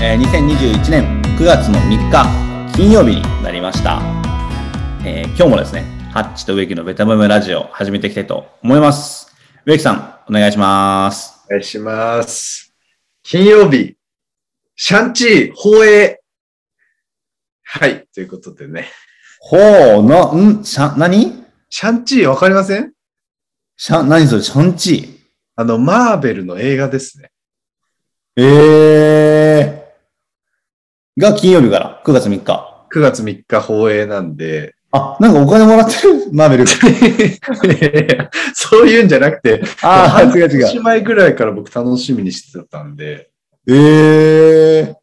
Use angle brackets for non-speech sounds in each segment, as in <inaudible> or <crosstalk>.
えー2021年9月の3日金曜日になりました、えー今日もですねハッチと植木のベタムムラジオ始めていきたいと思います植木さんお願いしますお願いします。金曜日、シャンチー放映。はい、ということでね。ほうのんしゃ何シャンチーわかりませんしゃ何それシャンチあの、マーベルの映画ですね。ーえー、が金曜日から9月3日9月3日放映なんで。 <laughs> あなんかお金もらってる <laughs> マーベルそういうんじゃなくて、 <laughs> あー違う半違う年前ぐらいから僕楽しみにしてたんで、えー、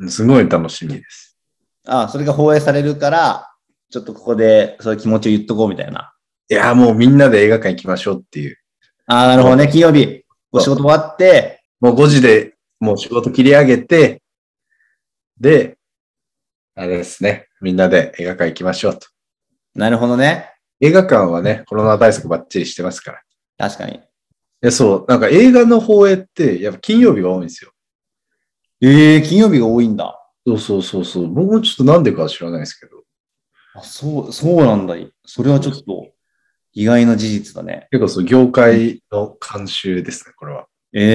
うんすごい楽しみです。あそれが放映されるからちょっとここでそういう気持ちを言っとこうみたいないやー、もうみんなで映画館行きましょうっていう。ああ、なるほどね。金曜日、お仕そう事終わって、もう5時でもう仕事切り上げて、で、あれですね、みんなで映画館行きましょうと。なるほどね。映画館はね、コロナ対策バッチリしてますから。確かに。でそう、なんか映画の放映って、やっぱ金曜日が多いんですよ。ええ金曜日が多いんだ。そうそうそうそう。僕もちょっとなんでかは知らないですけど、あそう、そうなんだ。それはちょっと意外な事実だね。結構そう、業界の慣習ですね、これは。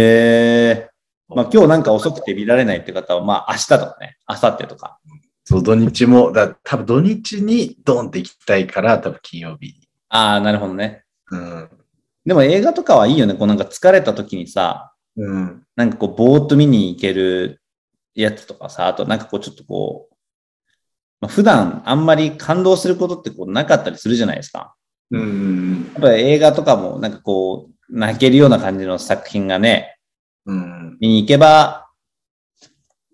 ええまあ今日なんか遅くて見られないって方は、まあ明日とかね、明後日とか。そう、土日も、だ多分土日にドンって行きたいから、多分金曜日に。ああ、なるほどね。うん。でも映画とかはいいよね。こうなんか疲れた時にさ、うん。なんかこうぼーっと見に行けるやつとかさ、あとなんかこうちょっとこう、まあ、普段あんまり感動することってこうなかったりするじゃないですか。うん。やっぱり映画とかもなんかこう、泣けるような感じの作品がね、うん。見に行けば、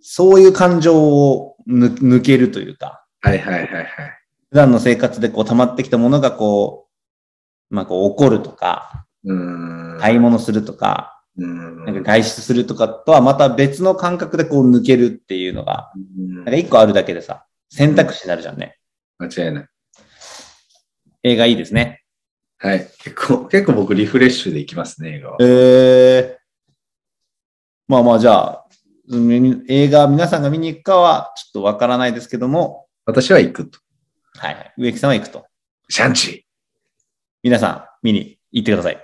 そういう感情をぬ抜けるというか、はいはいはいはい。普段の生活でこう溜まってきたものがこう、まあこう怒るとか、うん。買い物するとか、うん。なんか外出するとかとはまた別の感覚でこう抜けるっていうのが、うんなんか一個あるだけでさ、選択肢になるじゃんね。間違いない。映画いいですね。はい。結構、結構僕リフレッシュで行きますね、映画は。ええまあまあ、じゃあ、みに映画皆さんが見に行くかはちょっとわからないですけども、私は行くと。はいはい。植木さんは行くと。シャンチー。皆さん、見に行ってください。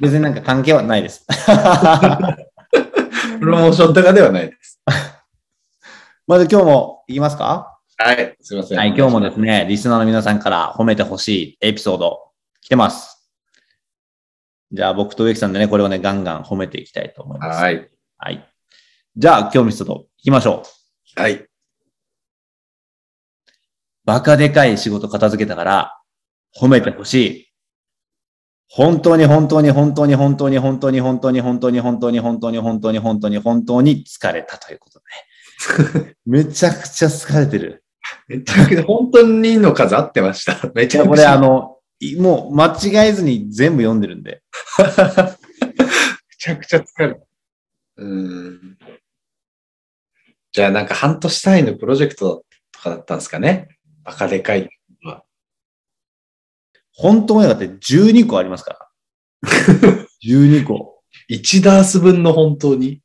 別になんか関係はないです。 <laughs> プロモーションとかではないです。まず今日も行きますかはい。すいません。はい、今日もですね、リスナーの皆さんから褒めてほしいエピソード来てます。じゃあ僕と植木さんでね、これをね、ガンガン褒めていきたいと思います。。はいい。はい、じゃあ今日のエピソード行きましょう。はい。バカでかい仕事片付けたから、褒めてほしい。本当に本当に本当に本当に本当に本当に本当に本当に本当に本当に本当に本当に疲れたということね。めちゃくちゃ疲れてる。めちゃくちゃ、本当にの数合ってました。めいちゃや、くちこれゃ。あの、いもう間違えずに全部読んでるんで。めちゃくちゃ疲れた。うーん。じゃあ、なんか半年単位のプロジェクトとかだったんですかね。バカでかい。本当にだって12個ありますから。12個。 1ダース分の本当 <laughs> に。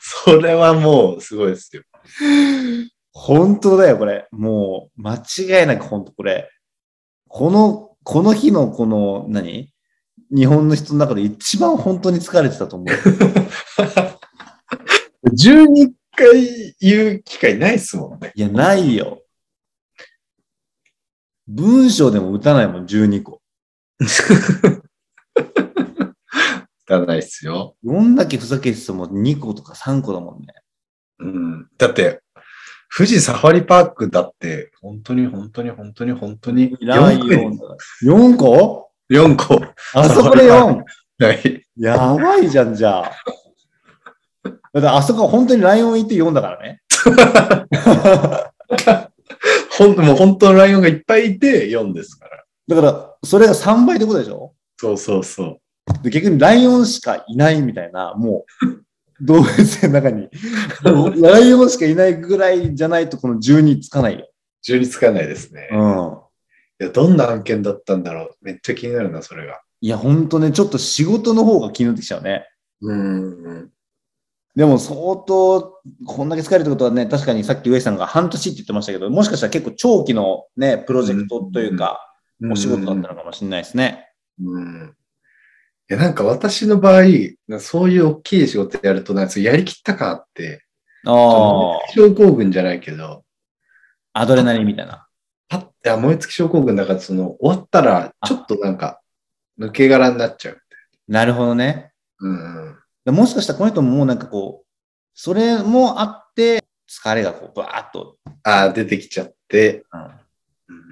それはもうすごいですよ。本当だよ、これ。もう、間違いなく本当これ。この、この日のこの、何日本の人の中で一番本当に疲れてた <laughs> と思う。 12回言う機会ないですもんね。いや、ないよ。文章でも打たないもん、12個。だないですよ。どんだけふざけてても2個とか3個だもんね。うんだって、富士サファリパークだって、本当に本当に本当に本当にいらないよ4。 4個個。4個。あそこ <laughs> で 4! はい。やばいじゃん、じゃあ。だってあそこは本当にライオン行って4だからね。ほんもう本当のライオンがいっぱいいて4ですから。だから、それが3倍ってことでしょそうそうそう。で逆にライオンしかいないみたいな、もう、動物園の中 <laughs> に、ライオンしかいないぐらいじゃないと、この12つかないよ。十につかないですね。うん。いや、どんな案件だったんだろう。めっちゃ気になるな、それが。いや、ほんとね、ちょっと仕事の方が気になってきちゃうね。うん。でも相当、こんだけ疲れるってことはね、確かにさっき上さんが半年って言ってましたけど、もしかしたら結構長期のね、プロジェクトというか、お仕事だったのかもしれないですね。うんいや、なんか私の場合、そういう大きい仕事やると、なんかやりきったかって、ああ、症候群じゃないけど、アドレナリンみたいな。パッて、あ燃え尽き症候群だから、その、終わったら、ちょっとなんか、抜け殻になっちゃう。なるほどね。うんうん。もしかしたらこの人ももうなんかこう、それもあって、疲れがこう、バーっと。ああ、出てきちゃって、うん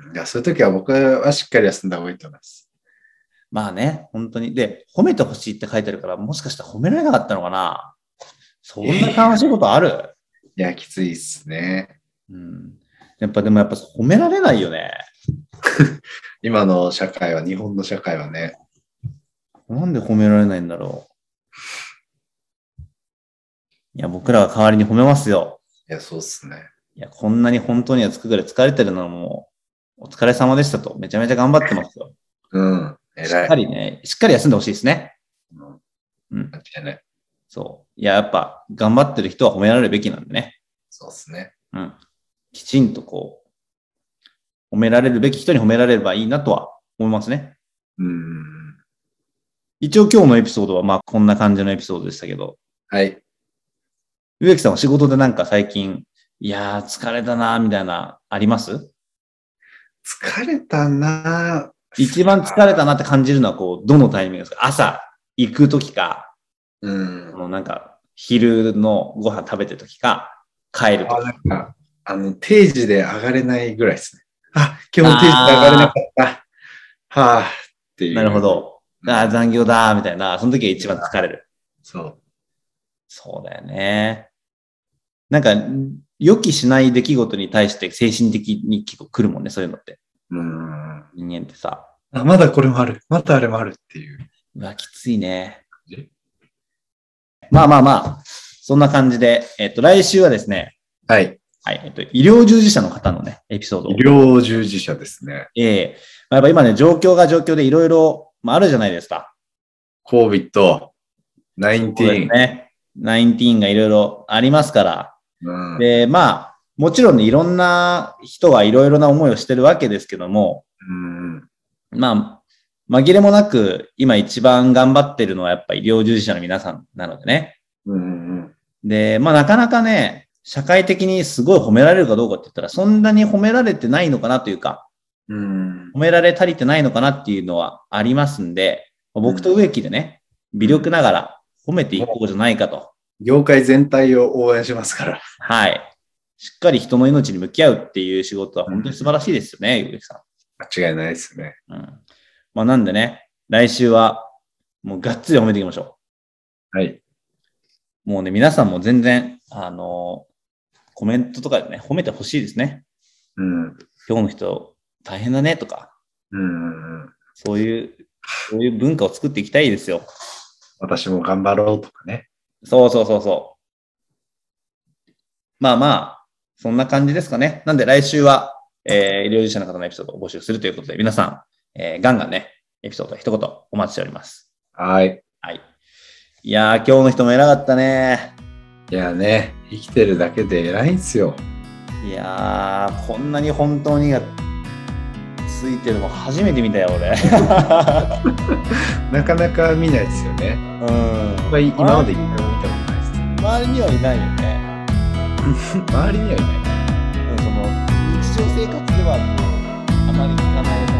うんいや、そういう時は僕はしっかり休んだ方がいいと思います。まあね、本当に。で、褒めてほしいって書いてあるから、もしかしたら褒められなかったのかなそんな悲しいことある、いや、きついっすね。うん。やっぱでもやっぱ褒められないよね。今の社会は、日本の社会はね、なんで褒められないんだろう。いや、僕らは代わりに褒めますよ。いや、そうっすね。いや、こんなに本当にはつくぐらい疲れてるのはもう、お疲れ様でしたと。めちゃめちゃ頑張ってますよ。うん。しっ偉かい。りね、しっかり休んでほしいですね。うんうん。間違いない。そう。いや、やっぱ、頑張ってる人は褒められるべきなんでね。そうっすね。うん。きちんとこう、褒められるべき人に褒められればいいなとは思いますね。うん。一応今日のエピソードはまあこんな感じのエピソードでしたけど、はい。植木さんは仕事でなんか最近、いやー疲れたなーみたいな、あります疲れたなぁ一番疲れたなって感じるのはこう、どのタイミングですか朝行くときか、うんあ。のなんか昼のご飯食べてるときか、帰るとあき。なんか、あの、定時で上がれないぐらいですね。あ、今日も定時で上がれなかった。はあ、っていう。なるほ。ど。あー残業だーみたいな、その時が一番疲れる。そう。そうだよね。なんか、予期しない出来事に対して精神的に結構来るもんね、そういうのって。うん。人間ってさ。あ、まだこれもある。またあれもあるっていう。うわ、きついねえ。まあまあまあ、そんな感じで、えっと、来週はですね、はい。はい、えっと、医療従事者の方のね、エピソードを医。療従事者ですね。ええまあ、やっぱ今ね、状況が状況でいろいろ、まあ、あるじゃないですか。 COVID-19。そうですね。19がいろいろありますから、うん。で、まあ、もちろんね、いろんな人がいろいろな思いをしてるわけですけども、うん。まあ、紛れもなく、今一番頑張ってるのはやっぱ医療従事者の皆さんなのでね。うん。で、まあなかなかね、社会的にすごい褒められるかどうかって言ったら、そんなに褒められてないのかなというか、うん。褒められ足りてないのかなっていうのはありますんで、僕と植木でね、微力ながら褒めていこうじゃないかと。業界全体を応援しますから。はい。しっかり人の命に向き合うっていう仕事は本当に素晴らしいですよね、植木さん。間違いないですね。うん。まあ、なんでね、来週は、もうがっつり褒めていきましょはい。う。もうね、皆さんも全然、あのーコメントとかでね、褒めてほしいですね。うん。今日の人、大変だねとか、うん。そういう、そういう文化を作っていきたいですよ。私も頑張ろうとかね。そうそうそうそう。まあまあ、そんな感じですかね。なんで来週は、えー医療従事者の方のエピソードを募集するということで、皆さん、えーガンガンね、エピソード一言お待ちしております。はい。はい。いやー、今日の人も偉かったねいやね、生きてるだけで偉いんすよ。いやー、こんなに本当にがついてるの初めて見たよ、 <laughs> 俺。なかなか見ないですよね。う今まで周一回も見たことないです。りにはいないよね。周りにはいない。でもその日常生活ではこうあまり聞かない